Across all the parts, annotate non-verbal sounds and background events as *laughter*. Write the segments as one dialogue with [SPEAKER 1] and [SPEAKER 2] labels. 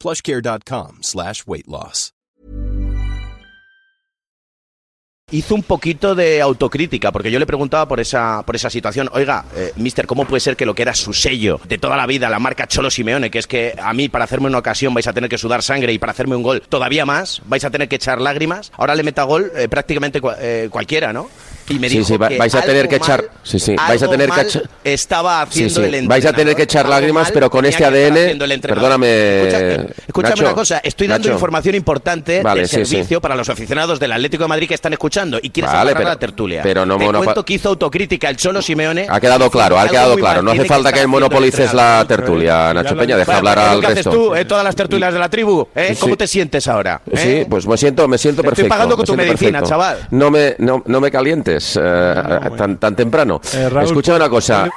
[SPEAKER 1] plushcare.com slash weight loss.
[SPEAKER 2] hizo un poquito de autocrítica, porque yo le preguntaba por esa, por esa situación, oiga, eh, mister, ¿cómo puede ser que lo que era su sello de toda la vida, la marca Cholo Simeone, que es que a mí para hacerme una ocasión vais a tener que sudar sangre y para hacerme un gol todavía más, vais a tener que echar lágrimas, ahora le meta gol eh, prácticamente cua- eh, cualquiera, ¿no? Y me
[SPEAKER 3] Sí,
[SPEAKER 2] dijo
[SPEAKER 3] sí, va-
[SPEAKER 2] que
[SPEAKER 3] vais a tener
[SPEAKER 2] algo
[SPEAKER 3] que echar-
[SPEAKER 2] mal-
[SPEAKER 3] sí, sí, vais a
[SPEAKER 2] algo
[SPEAKER 3] tener que
[SPEAKER 2] mal
[SPEAKER 3] echar-
[SPEAKER 2] estaba haciendo
[SPEAKER 3] Sí, sí.
[SPEAKER 2] el entrenador.
[SPEAKER 3] Vais a tener que echar
[SPEAKER 2] algo
[SPEAKER 3] lágrimas,
[SPEAKER 2] mal
[SPEAKER 3] pero con
[SPEAKER 2] tenía
[SPEAKER 3] este
[SPEAKER 2] que estar
[SPEAKER 3] ADN,
[SPEAKER 2] haciendo el entrenador.
[SPEAKER 3] perdóname,
[SPEAKER 2] Escúchame, escúchame
[SPEAKER 3] Nacho,
[SPEAKER 2] una cosa, estoy dando
[SPEAKER 3] Nacho.
[SPEAKER 2] información importante
[SPEAKER 3] Vale,
[SPEAKER 2] de
[SPEAKER 3] sí, sí.
[SPEAKER 2] servicio para los aficionados del Atlético de Madrid que están escuchando y quieres
[SPEAKER 3] Vale,
[SPEAKER 2] agarrar
[SPEAKER 3] pero-
[SPEAKER 2] la tertulia.
[SPEAKER 3] pero no
[SPEAKER 2] Te
[SPEAKER 3] monopa-
[SPEAKER 2] cuento que hizo autocrítica el Cholo Simeone.
[SPEAKER 3] Ha quedado claro, ha
[SPEAKER 2] Algo
[SPEAKER 3] quedado
[SPEAKER 2] muy
[SPEAKER 3] claro.
[SPEAKER 2] mal
[SPEAKER 3] No hace
[SPEAKER 2] tiene
[SPEAKER 3] falta
[SPEAKER 2] estar
[SPEAKER 3] que
[SPEAKER 2] haciendo
[SPEAKER 3] monopolices
[SPEAKER 2] entrenador.
[SPEAKER 3] la tertulia, Nacho Peña. Deja
[SPEAKER 2] Bueno,
[SPEAKER 3] hablar
[SPEAKER 2] ¿qué es
[SPEAKER 3] al
[SPEAKER 2] lo que haces
[SPEAKER 3] resto.
[SPEAKER 2] tú, eh, todas las tertulias de la tribu? ¿eh?
[SPEAKER 3] Sí.
[SPEAKER 2] ¿Cómo te sientes ahora? eh?
[SPEAKER 3] Sí, pues me siento, me siento
[SPEAKER 2] Te estoy
[SPEAKER 3] perfecto.
[SPEAKER 2] pagando con
[SPEAKER 3] me
[SPEAKER 2] tu
[SPEAKER 3] siento
[SPEAKER 2] medicina, chaval.
[SPEAKER 3] No me, no, no me calientes eh, tan, tan temprano.
[SPEAKER 4] Eh, Raúl,
[SPEAKER 3] Escucha una cosa.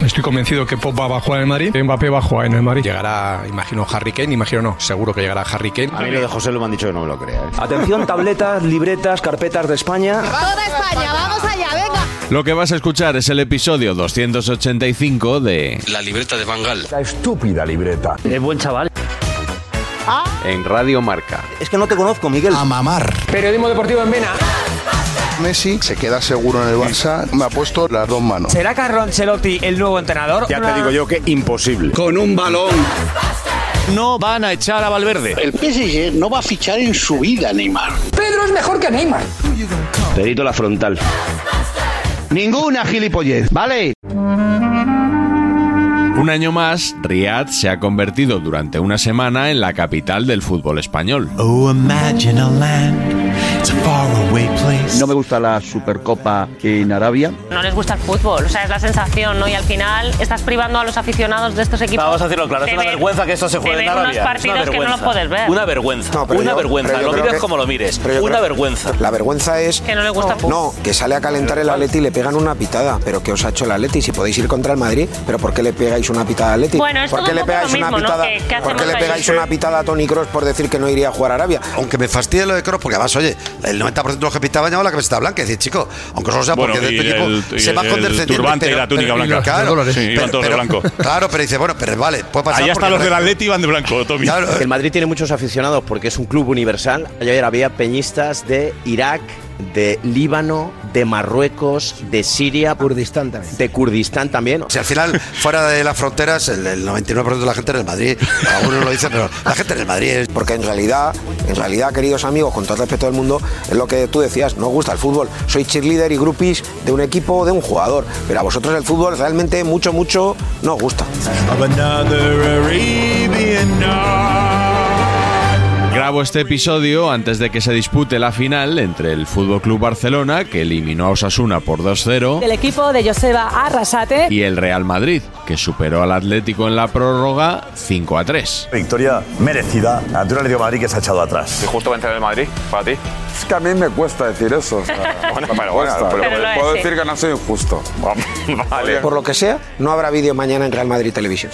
[SPEAKER 4] Estoy convencido que Pop va a jugar en el Madrid, Mbappé va a jugar en el Madrid. Llegará, imagino, Harry Kane, imagino no, seguro que llegará Harry Kane.
[SPEAKER 5] A mí lo de José lo me han dicho que no me lo crea.
[SPEAKER 2] Ah.
[SPEAKER 5] ¿eh?
[SPEAKER 6] Atención, tabletas, libretas, carpetas de España.
[SPEAKER 7] Toda España, vamos allá, venga.
[SPEAKER 8] Lo que vas a escuchar es el episodio 285 de
[SPEAKER 9] La libreta de Bangal.
[SPEAKER 6] La estúpida libreta.
[SPEAKER 5] Es buen chaval.
[SPEAKER 8] En Radio Marca.
[SPEAKER 6] Es que no te conozco, Miguel. A mamar.
[SPEAKER 10] Periodismo deportivo en Vena.
[SPEAKER 11] Messi se queda seguro en el Barça. Me ha puesto las dos manos.
[SPEAKER 10] ¿Será Carlo Ancelotti el nuevo entrenador?
[SPEAKER 5] Ya te digo yo que imposible.
[SPEAKER 9] Con un balón.
[SPEAKER 2] No van a echar a Valverde.
[SPEAKER 9] El PSG no va a fichar en su vida, Neymar.
[SPEAKER 10] Pedro es mejor que Neymar.
[SPEAKER 2] Perito la frontal.
[SPEAKER 9] Ninguna gilipollez, ¿vale?
[SPEAKER 8] Un año más, Riad se ha convertido durante una semana en la capital del fútbol español.
[SPEAKER 9] No me gusta la Supercopa en Arabia.
[SPEAKER 7] No les gusta el fútbol, o sea, es la sensación, ¿no? Y al final estás privando a los aficionados de estos equipos.
[SPEAKER 5] Vamos a decirlo claro, es
[SPEAKER 7] de
[SPEAKER 5] una
[SPEAKER 7] ver-
[SPEAKER 5] vergüenza que esto se juegue
[SPEAKER 7] de
[SPEAKER 5] en
[SPEAKER 7] ver
[SPEAKER 5] Arabia.
[SPEAKER 7] unos partidos
[SPEAKER 5] es una
[SPEAKER 7] que no
[SPEAKER 5] vergüenza.
[SPEAKER 7] lo puedes ver.
[SPEAKER 5] Una vergüenza.
[SPEAKER 12] No, pero
[SPEAKER 5] una
[SPEAKER 12] yo-
[SPEAKER 5] vergüenza.
[SPEAKER 12] pero yo
[SPEAKER 5] Lo
[SPEAKER 12] creo
[SPEAKER 5] mires
[SPEAKER 12] que-
[SPEAKER 5] como lo mires.
[SPEAKER 12] pero yo
[SPEAKER 5] Una
[SPEAKER 12] creo-
[SPEAKER 5] vergüenza.
[SPEAKER 12] La vergüenza es.
[SPEAKER 7] Que no le gusta el fútbol.
[SPEAKER 12] No, que sale a calentar el Atleti y le pegan una pitada. ¿Pero qué os ha hecho el Atleti? Si podéis ir contra el Madrid, ¿pero por qué le pegáis una pitada al Atleti?
[SPEAKER 7] Bueno, es
[SPEAKER 12] ¿Por
[SPEAKER 7] todo
[SPEAKER 12] qué
[SPEAKER 7] un
[SPEAKER 12] le
[SPEAKER 7] poco lo
[SPEAKER 12] pegáis una
[SPEAKER 7] mismo, ¿no?
[SPEAKER 12] pitada?
[SPEAKER 7] Que- que
[SPEAKER 12] ¿Por qué le
[SPEAKER 7] hacemos
[SPEAKER 12] pegáis
[SPEAKER 7] ahí?
[SPEAKER 12] una pitada a Tony Cross por decir que no iría a jugar a Arabia?
[SPEAKER 13] Aunque me fastidie lo de Kroos, porque además, oye, el 90% de los que pitaban llevaban la camiseta blanca. Es decir, chico, aunque solo sea
[SPEAKER 14] Bueno,
[SPEAKER 13] porque de
[SPEAKER 14] y
[SPEAKER 13] tu equipo
[SPEAKER 14] el-
[SPEAKER 13] se
[SPEAKER 14] y
[SPEAKER 13] va
[SPEAKER 14] el
[SPEAKER 13] condescendiente.
[SPEAKER 14] turbante y la túnica blanca.
[SPEAKER 13] Claro,
[SPEAKER 14] Los dólares. Sí, iban todos de blanco.
[SPEAKER 13] Claro, pero dice, bueno, pero vale, puede pasar.
[SPEAKER 14] Allá
[SPEAKER 13] porque
[SPEAKER 14] están los
[SPEAKER 13] no-
[SPEAKER 14] del Atleti y van de blanco, Tommy.
[SPEAKER 13] Claro.
[SPEAKER 2] El Madrid tiene muchos aficionados porque es un club universal. Ayer había peñistas de Irak, de Líbano, de Marruecos, de Siria. Kurdistán también. De Kurdistán también.
[SPEAKER 13] Si al final, fuera de las fronteras, el, el 99% de la gente en el Madrid, algunos lo dicen, pero la gente en el Madrid es.
[SPEAKER 12] Porque en realidad, en realidad, queridos amigos, con todo el respeto del mundo, es lo que tú decías, no os gusta el fútbol. Soy cheerleader y groupies de un equipo o de un jugador. Pero a vosotros el fútbol realmente mucho, mucho no os gusta.
[SPEAKER 8] Grabo este episodio antes de que se dispute la final entre el Fútbol Club Barcelona, que eliminó a Osasuna por 2-0,
[SPEAKER 7] El equipo de Joseba Arrasate
[SPEAKER 8] y el Real Madrid, que superó al Atlético en la prórroga 5-3.
[SPEAKER 5] Victoria merecida ante un Atlético de Madrid que se ha echado atrás.
[SPEAKER 9] justo va a entrar el Madrid, para ti.
[SPEAKER 11] Es que a mí me cuesta decir eso. o sea,
[SPEAKER 9] Bueno,
[SPEAKER 11] me
[SPEAKER 9] pero bueno,
[SPEAKER 11] cuesta.
[SPEAKER 9] pero Pero lo
[SPEAKER 11] puedo
[SPEAKER 9] es, sí.
[SPEAKER 11] decir que no soy injusto.
[SPEAKER 9] vale.
[SPEAKER 12] Por lo que sea, no habrá vídeo mañana en Real Madrid Televisión.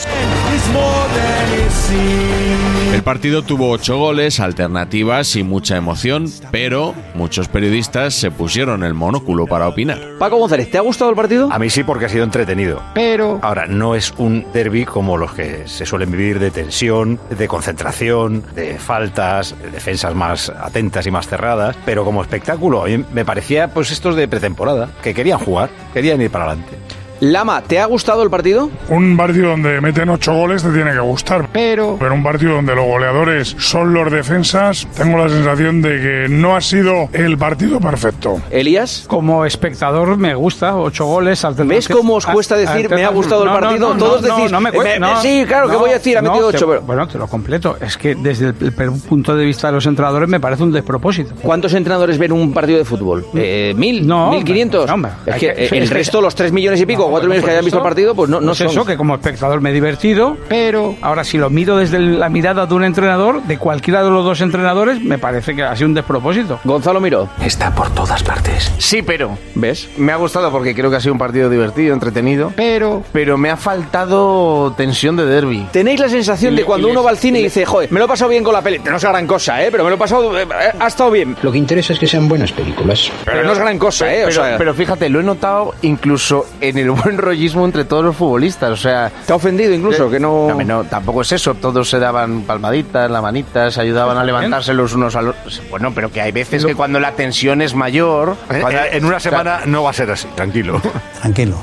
[SPEAKER 8] El partido tuvo ocho goles, alternativas y mucha emoción, pero muchos periodistas se pusieron el monóculo para opinar.
[SPEAKER 5] Paco González, ¿te ha gustado el partido? A mí sí, porque ha sido entretenido. Pero. Ahora, no es un derby como los que se suelen vivir de tensión, de concentración, de faltas, de defensas más atentas y más cerradas. Pero como espectáculo, a mí me parecía, pues, estos de pretemporada, que querían jugar, querían ir para adelante.
[SPEAKER 15] Lama, ¿te ha gustado el partido?
[SPEAKER 16] Un partido donde meten ocho goles te tiene que gustar. Pero. Pero un partido donde los goleadores son los defensas, tengo la sensación de que no ha sido el partido perfecto.
[SPEAKER 15] Elías.
[SPEAKER 17] Como espectador me gusta, ocho goles.
[SPEAKER 15] ¿Ves cómo os cuesta decir me ha gustado el partido? Todos decís,
[SPEAKER 17] no, me
[SPEAKER 15] me-
[SPEAKER 17] cuesta, no,
[SPEAKER 15] sí, claro, que
[SPEAKER 17] no,
[SPEAKER 15] voy a decir, ha
[SPEAKER 17] no,
[SPEAKER 15] metido
[SPEAKER 17] te-
[SPEAKER 15] ocho, pero-
[SPEAKER 17] Bueno, te lo completo. Es que desde el, el punto de vista de los entrenadores me parece un despropósito.
[SPEAKER 15] ¿Cuántos entrenadores ven un partido de fútbol? Eh, ¿Mil?
[SPEAKER 17] Mm. No,
[SPEAKER 15] ¿Mil quinientos?
[SPEAKER 17] no, hombre.
[SPEAKER 15] Es
[SPEAKER 17] Hay
[SPEAKER 15] que
[SPEAKER 17] que-
[SPEAKER 15] eh, el
[SPEAKER 17] es que-
[SPEAKER 15] resto, los tres millones y pico, o cuatro
[SPEAKER 17] Bueno,
[SPEAKER 15] millones que
[SPEAKER 17] pues
[SPEAKER 15] hayan visto el
[SPEAKER 17] eso,
[SPEAKER 15] partido, pues no, no
[SPEAKER 17] pues
[SPEAKER 15] son.
[SPEAKER 17] eso, que como espectador me he divertido, pero ahora si lo mido desde el- la mirada de un entrenador, de cualquiera de los dos entrenadores, me parece que ha sido un despropósito.
[SPEAKER 15] Gonzalo Miró.
[SPEAKER 17] Está por todas partes.
[SPEAKER 18] Sí, pero.
[SPEAKER 15] ¿Ves?
[SPEAKER 18] Me ha gustado porque creo que ha sido un partido divertido, entretenido. Pero. Pero me ha faltado tensión de derby.
[SPEAKER 15] Tenéis la sensación de cuando uno va al cine y dice, joder, me lo he pasado bien con la peli. No es gran cosa, ¿eh? Pero me lo he pasado, eh, eh, ha estado bien. Lo que interesa es que sean buenas películas. Pero, no es gran cosa, ¿eh? O
[SPEAKER 18] Pero,
[SPEAKER 15] sea,
[SPEAKER 18] pero fíjate, lo he notado incluso en el buen rollismo entre todos los futbolistas. O sea. eh,
[SPEAKER 15] ¿Te ha ofendido incluso? Que no.
[SPEAKER 18] hombre, no, tampoco es eso. Todos se daban palmaditas, la manita, se ayudaban a levantarse los unos a los. Bueno, pero que hay veces que cuando la tensión es mayor.
[SPEAKER 19] Eh,
[SPEAKER 18] cuando-
[SPEAKER 19] eh, en una
[SPEAKER 18] o sea,
[SPEAKER 19] semana no va a ser así, tranquilo.
[SPEAKER 20] Tranquilo.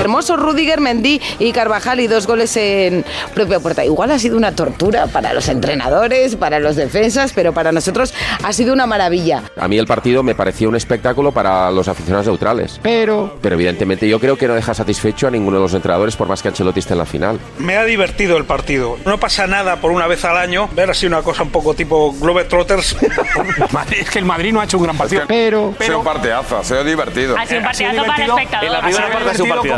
[SPEAKER 21] Hermoso Rudiger, Mendy y Carvajal y dos goles en propia puerta. Igual ha sido una tortura para los entrenadores, para los defensas, pero para nosotros ha sido una maravilla.
[SPEAKER 3] A mí el partido me parecía un espectáculo para los aficionados neutrales.
[SPEAKER 17] Pero.
[SPEAKER 3] Pero evidentemente yo creo que no deja satisfecho a ninguno de los entrenadores por más que Ancelotti esté en la final.
[SPEAKER 22] Me ha divertido el partido. No pasa nada por una vez al año ver así una cosa un poco tipo Globetrotters. es que el Madrid no ha hecho un gran partido.
[SPEAKER 17] Pero.
[SPEAKER 23] Ha sido un parteazo, ha sido divertido.
[SPEAKER 7] Ha sido un partidazo para el espectador.
[SPEAKER 23] En la primera parte ha sido un partidazo.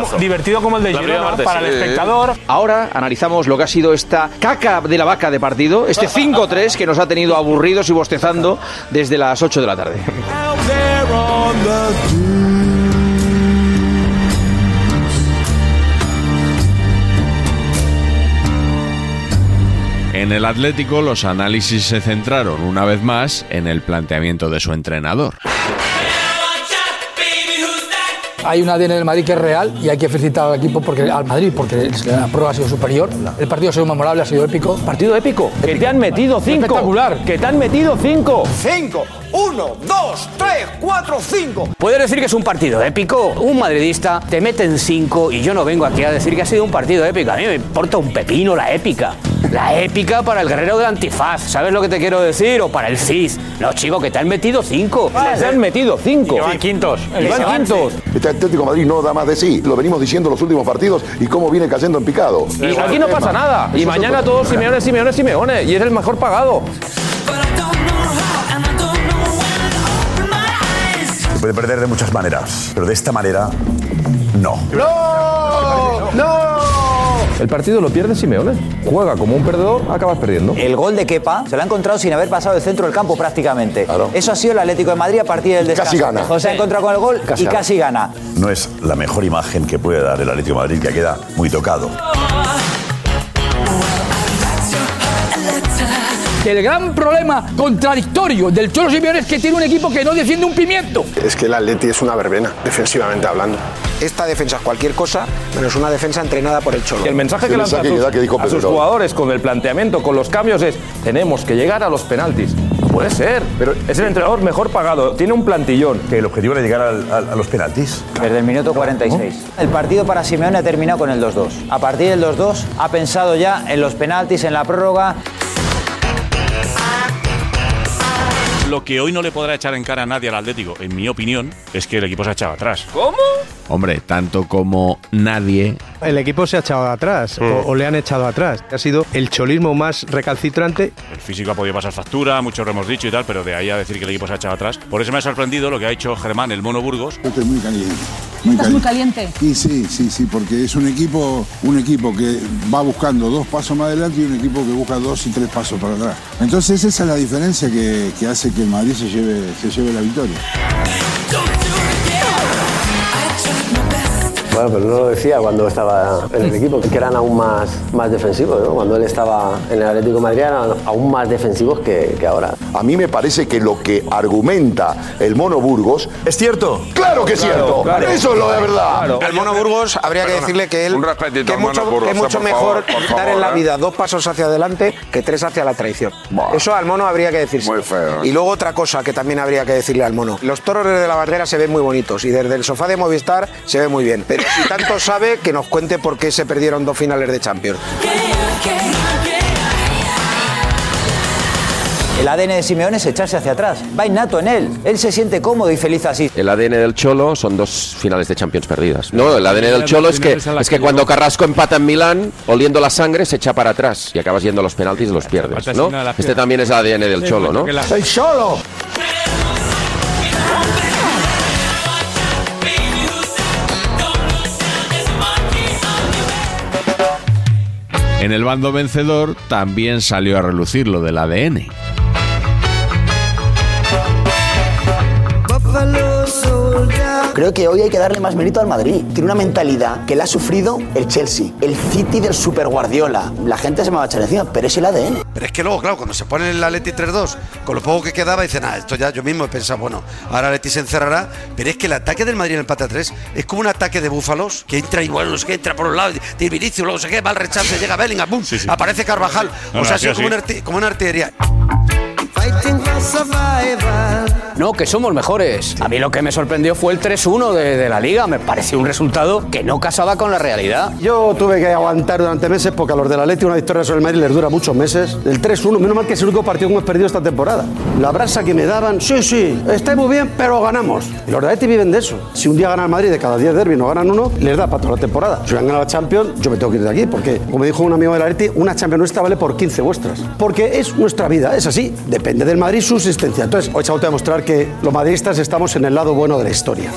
[SPEAKER 17] como el de
[SPEAKER 23] La primera
[SPEAKER 17] Girona
[SPEAKER 23] parte,
[SPEAKER 17] para el
[SPEAKER 23] sí.
[SPEAKER 17] espectador.
[SPEAKER 15] Ahora analizamos lo que ha sido esta caca de la vaca de partido, este 5-3 que nos ha tenido aburridos y bostezando desde las 8 de la tarde.
[SPEAKER 8] En el Atlético los análisis se centraron una vez más en el planteamiento de su entrenador.
[SPEAKER 24] Hay un ADN del Madrid que es real y hay que felicitar al equipo porque al Madrid porque la prueba ha sido superior. El partido ha sido memorable, ha sido épico. Partido épico. Que te han metido cinco. Espectacular. Que te han metido cinco.
[SPEAKER 25] 5, 1, 2, 3, 4, 5.
[SPEAKER 5] Puedes decir que es un partido épico, un madridista, te meten cinco y yo no vengo aquí a decir que ha sido un partido épico. A mí me importa un pepino la épica. La épica para el guerrero del antifaz, ¿sabes lo que te quiero decir? O para el CIS. No, chico, que te han metido cinco. Te han metido cinco. Y van quintos. Y van quintos.
[SPEAKER 26] Este Atlético de Madrid no da más de sí. Lo venimos diciendo en los últimos partidos y cómo viene cayendo en picado.
[SPEAKER 5] Y aquí no pasa nada. Y mañana todos Simeone, Simeone, Simeone. Y es el mejor pagado.
[SPEAKER 27] Se puede perder de muchas maneras, pero de esta manera, no.
[SPEAKER 5] ¡No! ¡No! El partido lo pierde Simeone. Juega como un perdedor, acabas perdiendo.
[SPEAKER 25] El gol de Kepa se lo ha encontrado sin haber pasado el centro del campo prácticamente. Eso ha sido el Atlético de Madrid a partir del descanso.
[SPEAKER 26] Casi gana.
[SPEAKER 25] O sea, ha encontrado con el gol
[SPEAKER 26] Casi
[SPEAKER 25] y
[SPEAKER 26] gana.
[SPEAKER 25] casi gana.
[SPEAKER 27] No es la mejor imagen que puede dar el Atlético de Madrid, que queda muy tocado.
[SPEAKER 24] El gran problema contradictorio del Cholo Simeone es que tiene un equipo que no defiende un pimiento.
[SPEAKER 12] Es que el Atleti es una verbena, defensivamente hablando. Esta defensa es cualquier cosa, menos una defensa entrenada por el Cholo.
[SPEAKER 5] Y el mensaje que lanza a sus, a sus jugadores con el planteamiento, con los cambios, es tenemos que llegar a los penaltis. No Puede ser. Pero es el entrenador mejor pagado. Tiene un plantillón. Que el objetivo era llegar a los penaltis.
[SPEAKER 25] Desde el minuto 46. El partido para Simeone ha terminado con el 2-2. A partir del 2-2 ha pensado ya en los penaltis, en la prórroga.
[SPEAKER 28] Lo que hoy no le podrá echar en cara a nadie al Atlético, en mi opinión, es que el equipo se ha echado atrás.
[SPEAKER 5] ¿Cómo?
[SPEAKER 8] Hombre, tanto como nadie
[SPEAKER 29] El equipo se ha echado atrás, o,
[SPEAKER 3] Mm.
[SPEAKER 29] o le han echado atrás. Ha sido el cholismo más recalcitrante.
[SPEAKER 28] El físico ha podido pasar factura, mucho lo hemos dicho y tal, pero de ahí a decir que el equipo se ha echado atrás. Por eso me ha sorprendido lo que ha hecho Germán, el mono Burgos.
[SPEAKER 11] Estoy muy caliente. Muy
[SPEAKER 30] Estás muy
[SPEAKER 11] caliente. Y sí, sí, sí, porque es un equipo, un equipo que va buscando dos pasos más adelante y un equipo que busca dos y tres pasos para atrás. Entonces esa es la diferencia que, que hace que el Madrid se lleve, se lleve la victoria.
[SPEAKER 31] Bueno, pero no lo decía cuando estaba en el equipo, que eran aún más, más defensivos, ¿no? Cuando él estaba en el Atlético de Madrid eran aún más defensivos que, que ahora.
[SPEAKER 26] A mí me parece que lo que argumenta el Mono Burgos. ¿Es cierto? ¡Claro que es
[SPEAKER 12] Claro,
[SPEAKER 26] cierto!
[SPEAKER 12] claro.
[SPEAKER 26] Eso es lo de verdad.
[SPEAKER 12] Al Mono Burgos habría que
[SPEAKER 26] Perdona,
[SPEAKER 12] decirle que él.
[SPEAKER 26] un respetito
[SPEAKER 12] que
[SPEAKER 26] al
[SPEAKER 12] mucho,
[SPEAKER 26] Mono Burgos,
[SPEAKER 12] que mucho
[SPEAKER 26] por
[SPEAKER 12] mejor
[SPEAKER 26] favor, por
[SPEAKER 12] dar
[SPEAKER 26] favor,
[SPEAKER 12] en la
[SPEAKER 26] ¿eh?
[SPEAKER 12] vida dos pasos hacia adelante que tres hacia la traición. Eso al Mono habría que decirse. Muy
[SPEAKER 26] ¿eh?
[SPEAKER 12] feo. Y luego otra cosa que también habría que decirle al Mono. Los toros desde la barrera se ven muy bonitos y desde el sofá de Movistar se ve muy bien. Pero si tanto sabe, que nos cuente por qué se perdieron dos finales de Champions.
[SPEAKER 25] El ADN de Simeone es echarse hacia atrás. Va innato en él. Él se siente cómodo y feliz así.
[SPEAKER 3] El ADN del Cholo son dos finales de Champions perdidas. No, el ADN del
[SPEAKER 25] Las
[SPEAKER 3] Cholo es que,
[SPEAKER 25] finales a las
[SPEAKER 3] es que
[SPEAKER 25] que
[SPEAKER 3] cuando
[SPEAKER 25] llegó.
[SPEAKER 3] Carrasco empata en Milán, oliendo la sangre, se echa para atrás y acabas yendo a los penaltis y los pierdes,
[SPEAKER 1] Empata
[SPEAKER 3] ¿no?
[SPEAKER 1] sin nada, la
[SPEAKER 3] Este
[SPEAKER 1] pierdes.
[SPEAKER 3] también es el ADN del
[SPEAKER 1] Sí,
[SPEAKER 3] Cholo, ¿no?
[SPEAKER 1] porque la-
[SPEAKER 26] ¡El Cholo!
[SPEAKER 8] En el bando vencedor también salió a relucir lo del ADN.
[SPEAKER 2] Creo que hoy hay que darle más mérito al Madrid. Tiene una mentalidad que la ha sufrido el Chelsea, el City del Super Guardiola. La gente se me va a echar encima, pero es el ADN. Pero es que luego, claro, cuando se pone el Atleti 3-2, con lo poco que quedaba, dicen, ah, esto ya yo mismo he pensado, bueno, ahora el Atleti se encerrará. Pero es que el ataque del Madrid en el empate a 3 es como un ataque de búfalos que entra y bueno, es que entra por un lado, tiene Vinicius, luego se queda, va al rechazo, llega Bellingham, ¡bum! Aparece Carvajal.
[SPEAKER 1] No,
[SPEAKER 2] o
[SPEAKER 1] no,
[SPEAKER 2] sea, ha
[SPEAKER 1] así,
[SPEAKER 2] sido como,
[SPEAKER 1] así.
[SPEAKER 2] una arti- como una artillería.
[SPEAKER 5] No, que somos mejores. A mí lo que me sorprendió fue el 3-1 de, de la liga. Me pareció un resultado que no casaba con la realidad.
[SPEAKER 13] Yo tuve que aguantar durante meses porque a los del Atleti una victoria sobre el Madrid les dura muchos meses. El 3-1, menos mal que es el único partido que hemos perdido esta temporada. La brasa que me daban, sí, sí, está muy bien, pero ganamos. Y los del Atleti viven de eso. Si un día gana el Madrid de cada 10 derbis no ganan uno, les da para toda la temporada. Si han ganado la Champions, yo me tengo que ir de aquí porque, como dijo un amigo del Atleti, una Champions nuestra vale por 15 vuestras. Porque es nuestra vida, es así. Depende del Madrid su existencia. Entonces, hoy se ha vuelto a demostrar que los madridistas estamos en el lado bueno de la historia.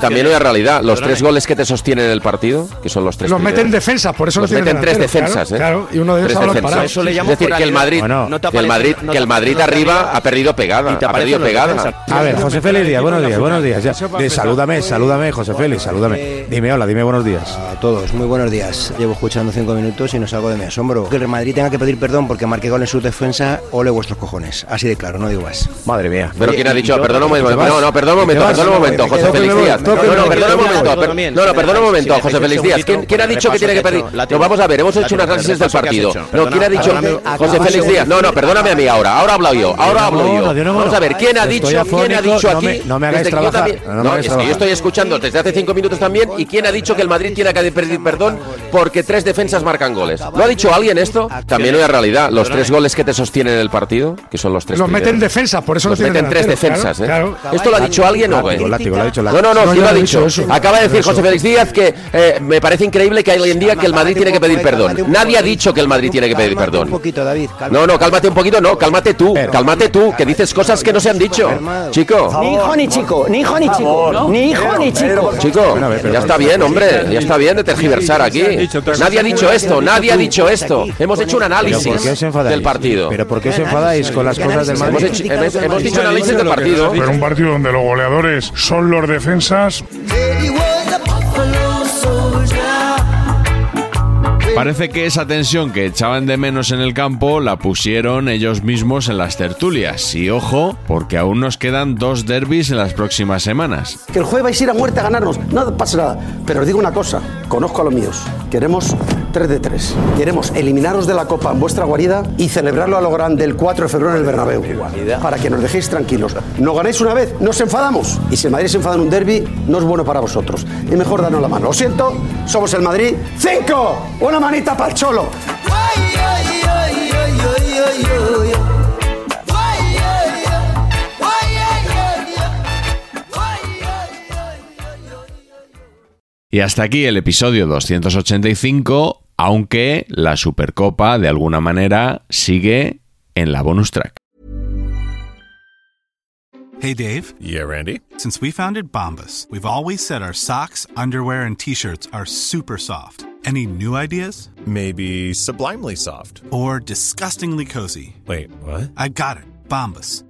[SPEAKER 3] También una realidad, los
[SPEAKER 32] Perdóname.
[SPEAKER 3] tres goles que te sostienen en el partido, que son los tres
[SPEAKER 32] Los
[SPEAKER 3] primeros,
[SPEAKER 32] meten defensas, por eso
[SPEAKER 3] los
[SPEAKER 32] no tienen
[SPEAKER 3] meten tres
[SPEAKER 32] delanteros,
[SPEAKER 3] defensas,
[SPEAKER 32] claro,
[SPEAKER 3] ¿eh?
[SPEAKER 32] claro, y uno de ellos
[SPEAKER 3] Tres
[SPEAKER 32] habla
[SPEAKER 3] defensas.
[SPEAKER 32] parado. Eso le
[SPEAKER 3] es
[SPEAKER 32] llamo
[SPEAKER 3] decir, que el
[SPEAKER 32] pluralidad.
[SPEAKER 3] Madrid,
[SPEAKER 32] Bueno, no te
[SPEAKER 3] que el
[SPEAKER 32] aparecen-
[SPEAKER 3] Madrid,
[SPEAKER 32] no te
[SPEAKER 3] que el Madrid
[SPEAKER 32] aparecen los
[SPEAKER 3] arriba
[SPEAKER 32] defensas.
[SPEAKER 3] ha perdido pegada,
[SPEAKER 32] te
[SPEAKER 3] ha perdido
[SPEAKER 32] aparecen los
[SPEAKER 3] pegada.
[SPEAKER 32] defensas.
[SPEAKER 9] A ver, José Félix Díaz, buenos días, buenos días. Ya.
[SPEAKER 32] Eso para
[SPEAKER 9] De-
[SPEAKER 32] empezar
[SPEAKER 9] salúdame,
[SPEAKER 32] fue-
[SPEAKER 9] salúdame, José Félix, salúdame. Dime hola, dime buenos días. A todos, muy buenos días. Llevo escuchando cinco minutos y no salgo de mi asombro. Que el Real Madrid tenga que pedir perdón porque marque gol en su defensa, ole vuestros cojones. Así de claro, no digo más. Madre mía.
[SPEAKER 3] Pero quién ha dicho, perdona un momento, no, no, perdona un
[SPEAKER 9] ¿Te
[SPEAKER 3] momento,
[SPEAKER 9] vas?
[SPEAKER 3] perdona un momento,
[SPEAKER 9] Me
[SPEAKER 3] José
[SPEAKER 9] quedo
[SPEAKER 3] Félix
[SPEAKER 9] que me
[SPEAKER 3] Díaz.
[SPEAKER 9] voy.
[SPEAKER 3] No,
[SPEAKER 9] No, que
[SPEAKER 3] no,
[SPEAKER 9] me
[SPEAKER 3] perdona un
[SPEAKER 9] voy.
[SPEAKER 3] momento,
[SPEAKER 9] Yo
[SPEAKER 3] per-
[SPEAKER 9] también.
[SPEAKER 3] no, no,
[SPEAKER 9] Si me
[SPEAKER 3] perdona un
[SPEAKER 9] dejáis
[SPEAKER 3] momento,
[SPEAKER 9] un
[SPEAKER 3] José Félix
[SPEAKER 9] segundito,
[SPEAKER 3] Díaz. ¿Quién,
[SPEAKER 9] por
[SPEAKER 3] quién ha
[SPEAKER 9] el
[SPEAKER 3] dicho que
[SPEAKER 9] repaso
[SPEAKER 3] tiene que
[SPEAKER 9] que has
[SPEAKER 3] pedir?
[SPEAKER 9] hecho.
[SPEAKER 3] No,
[SPEAKER 9] La
[SPEAKER 3] vamos a ver, hemos hecho un
[SPEAKER 9] Perdona,
[SPEAKER 3] análisis del
[SPEAKER 9] repaso que has
[SPEAKER 3] partido.
[SPEAKER 9] hecho.
[SPEAKER 3] No,
[SPEAKER 9] Perdona,
[SPEAKER 3] ¿quién ha dicho?
[SPEAKER 9] perdóname,
[SPEAKER 3] José
[SPEAKER 9] acaba,
[SPEAKER 3] Félix
[SPEAKER 9] José
[SPEAKER 3] Díaz. No, no,
[SPEAKER 9] Félix.
[SPEAKER 3] perdóname a mí ahora, ahora hablo yo, ahora hablo yo.
[SPEAKER 9] Dios, no,
[SPEAKER 3] Vamos a ver, ¿quién ha
[SPEAKER 9] Estoy
[SPEAKER 3] dicho?
[SPEAKER 9] afónico,
[SPEAKER 3] ¿Quién ha dicho
[SPEAKER 9] no me-
[SPEAKER 3] aquí?
[SPEAKER 9] no me hagáis
[SPEAKER 3] desde que yo
[SPEAKER 9] trabajar,
[SPEAKER 3] también-
[SPEAKER 9] no me
[SPEAKER 3] No,
[SPEAKER 9] hagáis
[SPEAKER 3] es que yo
[SPEAKER 9] trabajar.
[SPEAKER 3] estoy escuchando desde hace cinco minutos también y quién ha dicho que el Madrid tiene que pedir perdón porque tres defensas marcan goles. ¿Lo ha dicho alguien esto? También una realidad, los tres goles que te sostienen en el partido, que son los tres
[SPEAKER 9] Este,
[SPEAKER 32] Los
[SPEAKER 3] primeros.
[SPEAKER 32] meten defensas, por eso
[SPEAKER 3] Los
[SPEAKER 32] no tienen
[SPEAKER 3] meten tres
[SPEAKER 32] delanteros,
[SPEAKER 3] defensas,
[SPEAKER 32] claro,
[SPEAKER 3] ¿eh?
[SPEAKER 32] claro.
[SPEAKER 3] ¿Esto lo ha dicho alguien o qué?
[SPEAKER 9] Látigo, látigo, lo ha dicho
[SPEAKER 3] No,
[SPEAKER 9] látigo.
[SPEAKER 3] no, no,
[SPEAKER 9] No,
[SPEAKER 3] ¿quién
[SPEAKER 9] yo
[SPEAKER 3] lo ha
[SPEAKER 9] no he
[SPEAKER 3] dicho?
[SPEAKER 9] dicho eso.
[SPEAKER 3] Acaba de decir
[SPEAKER 9] Eso.
[SPEAKER 3] José Félix Díaz que eh, me parece increíble que hay hoy en día que el Madrid tiene que pedir perdón. Nadie ha dicho que el Madrid tiene que pedir
[SPEAKER 9] Un
[SPEAKER 3] perdón.
[SPEAKER 9] poquito, David. calma.
[SPEAKER 3] No, no, cálmate un poquito, no, cálmate tú, cálmate tú, que dices cosas que no se han dicho. Chico.
[SPEAKER 9] Ni hijo ni chico, ni hijo ni chico, ni hijo ni chico.
[SPEAKER 3] Chico, ya está bien, hombre, ya está bien de tergiversar aquí. Nadie ha dicho esto, nadie ha dicho esto. Hemos hecho un
[SPEAKER 9] ¿Pero por qué
[SPEAKER 3] análisis
[SPEAKER 9] os
[SPEAKER 3] enfadáis? del partido.
[SPEAKER 9] ¿Pero
[SPEAKER 3] por qué
[SPEAKER 9] os enfadáis con las cosas del
[SPEAKER 3] Hemos, hecho, hemos- hemos dicho análisis del partido.
[SPEAKER 9] Pero un partido donde los goleadores son los defensas.
[SPEAKER 8] Parece que esa tensión que echaban de menos en el campo la pusieron ellos mismos en las tertulias. Y ojo, porque aún nos quedan dos derbis en las próximas semanas.
[SPEAKER 9] Que el jueves vais a ir a muerte a ganarnos. No pasa nada. Pero os digo una cosa. Conozco a los míos. Queremos 3 de 3. Queremos eliminaros de la Copa en vuestra guarida y celebrarlo a lo grande el 4 de febrero en el Bernabéu. Para que nos dejéis tranquilos. No ganéis una vez, nos enfadamos. Y si el Madrid se enfada en un derby, no es bueno para vosotros. Y mejor darnos la mano. Lo siento, somos el Madrid. ¡Cinco! Una manita para el Cholo.
[SPEAKER 8] Y hasta aquí el episodio 285, aunque la Supercopa de alguna manera sigue en la bonus track.
[SPEAKER 33] Hey, Dave. Yeah, Randy. Since we founded Bombus, we've always said our socks, underwear, and t shirts are super soft. Any new ideas? Maybe sublimely soft. Or disgustingly cozy. Wait, what? I got it. Bombus.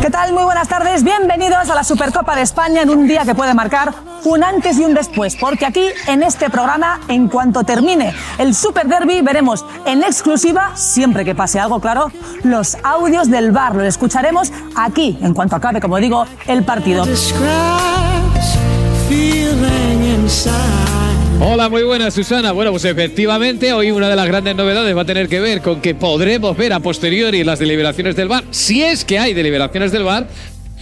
[SPEAKER 20] ¿Qué tal? Muy buenas tardes. Bienvenidos a la Supercopa de España en un día que puede marcar un antes y un después, porque aquí en este programa, en cuanto termine el Super Derby, veremos en exclusiva, siempre que pase algo claro, los audios del bar. Los escucharemos aquí, en cuanto acabe, como digo, el partido.
[SPEAKER 4] Hola, muy buenas Susana. Bueno, pues efectivamente hoy una de las grandes novedades va a tener que ver con que podremos ver a posteriori las deliberaciones del VAR, si es que hay deliberaciones del VAR.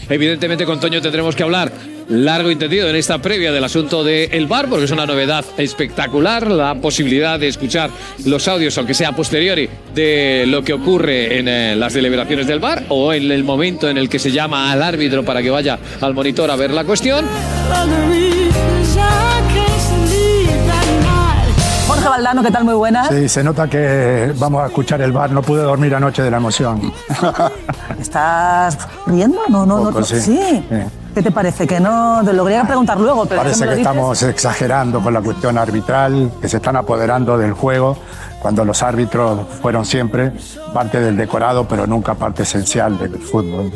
[SPEAKER 4] Evidentemente con Toño tendremos que hablar largo y tendido en esta previa del asunto del VAR, porque es una novedad espectacular la posibilidad de escuchar los audios, aunque sea a posteriori, de lo que ocurre en eh, las deliberaciones del VAR o en el momento en el que se llama al árbitro para que vaya al monitor a ver la cuestión.
[SPEAKER 20] Jorge Valdano, ¿qué tal? Muy buenas.
[SPEAKER 34] Sí, se nota que vamos a escuchar el bar. No pude dormir anoche de la emoción.
[SPEAKER 20] ¿Estás riendo? No, no,
[SPEAKER 34] Poco,
[SPEAKER 20] no.
[SPEAKER 34] sí.
[SPEAKER 20] sí.
[SPEAKER 34] Sí.
[SPEAKER 20] ¿Qué te parece? Que no, te lo quería preguntar luego, pero es
[SPEAKER 34] Parece
[SPEAKER 20] me
[SPEAKER 34] que
[SPEAKER 20] lo dices.
[SPEAKER 34] estamos exagerando con la cuestión arbitral, que se están apoderando del juego, cuando los árbitros fueron siempre parte del decorado, pero nunca parte esencial del fútbol.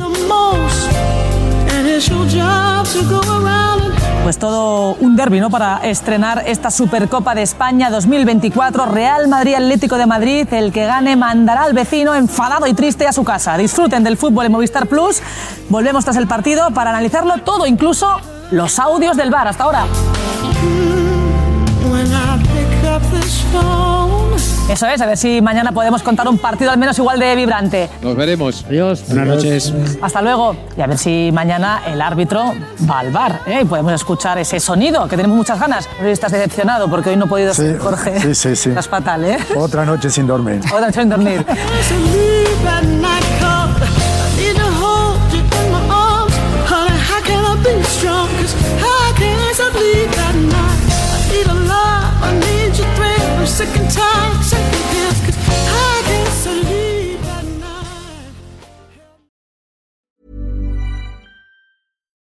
[SPEAKER 20] Pues todo un derbi, ¿no? Para estrenar esta Supercopa de España 2024, Real Madrid Atlético de Madrid, el que gane mandará al vecino enfadado y triste a su casa. Disfruten del fútbol en Movistar Plus. Volvemos tras el partido para analizarlo todo, incluso los audios del bar hasta ahora. Eso es, a ver si mañana podemos contar un partido al menos igual de vibrante.
[SPEAKER 4] Nos veremos.
[SPEAKER 20] Adiós.
[SPEAKER 4] Buenas noches.
[SPEAKER 20] Hasta luego. Y a ver si mañana el árbitro va al bar. ¿eh? Y podemos escuchar ese sonido, que tenemos muchas ganas. No sé si estás decepcionado porque hoy no he podido *laughs*
[SPEAKER 34] Sí,
[SPEAKER 20] ser Jorge.
[SPEAKER 34] sí, sí, sí.
[SPEAKER 20] Estás fatal, ¿eh?
[SPEAKER 34] Otra noche sin dormir.
[SPEAKER 20] Otra noche sin dormir.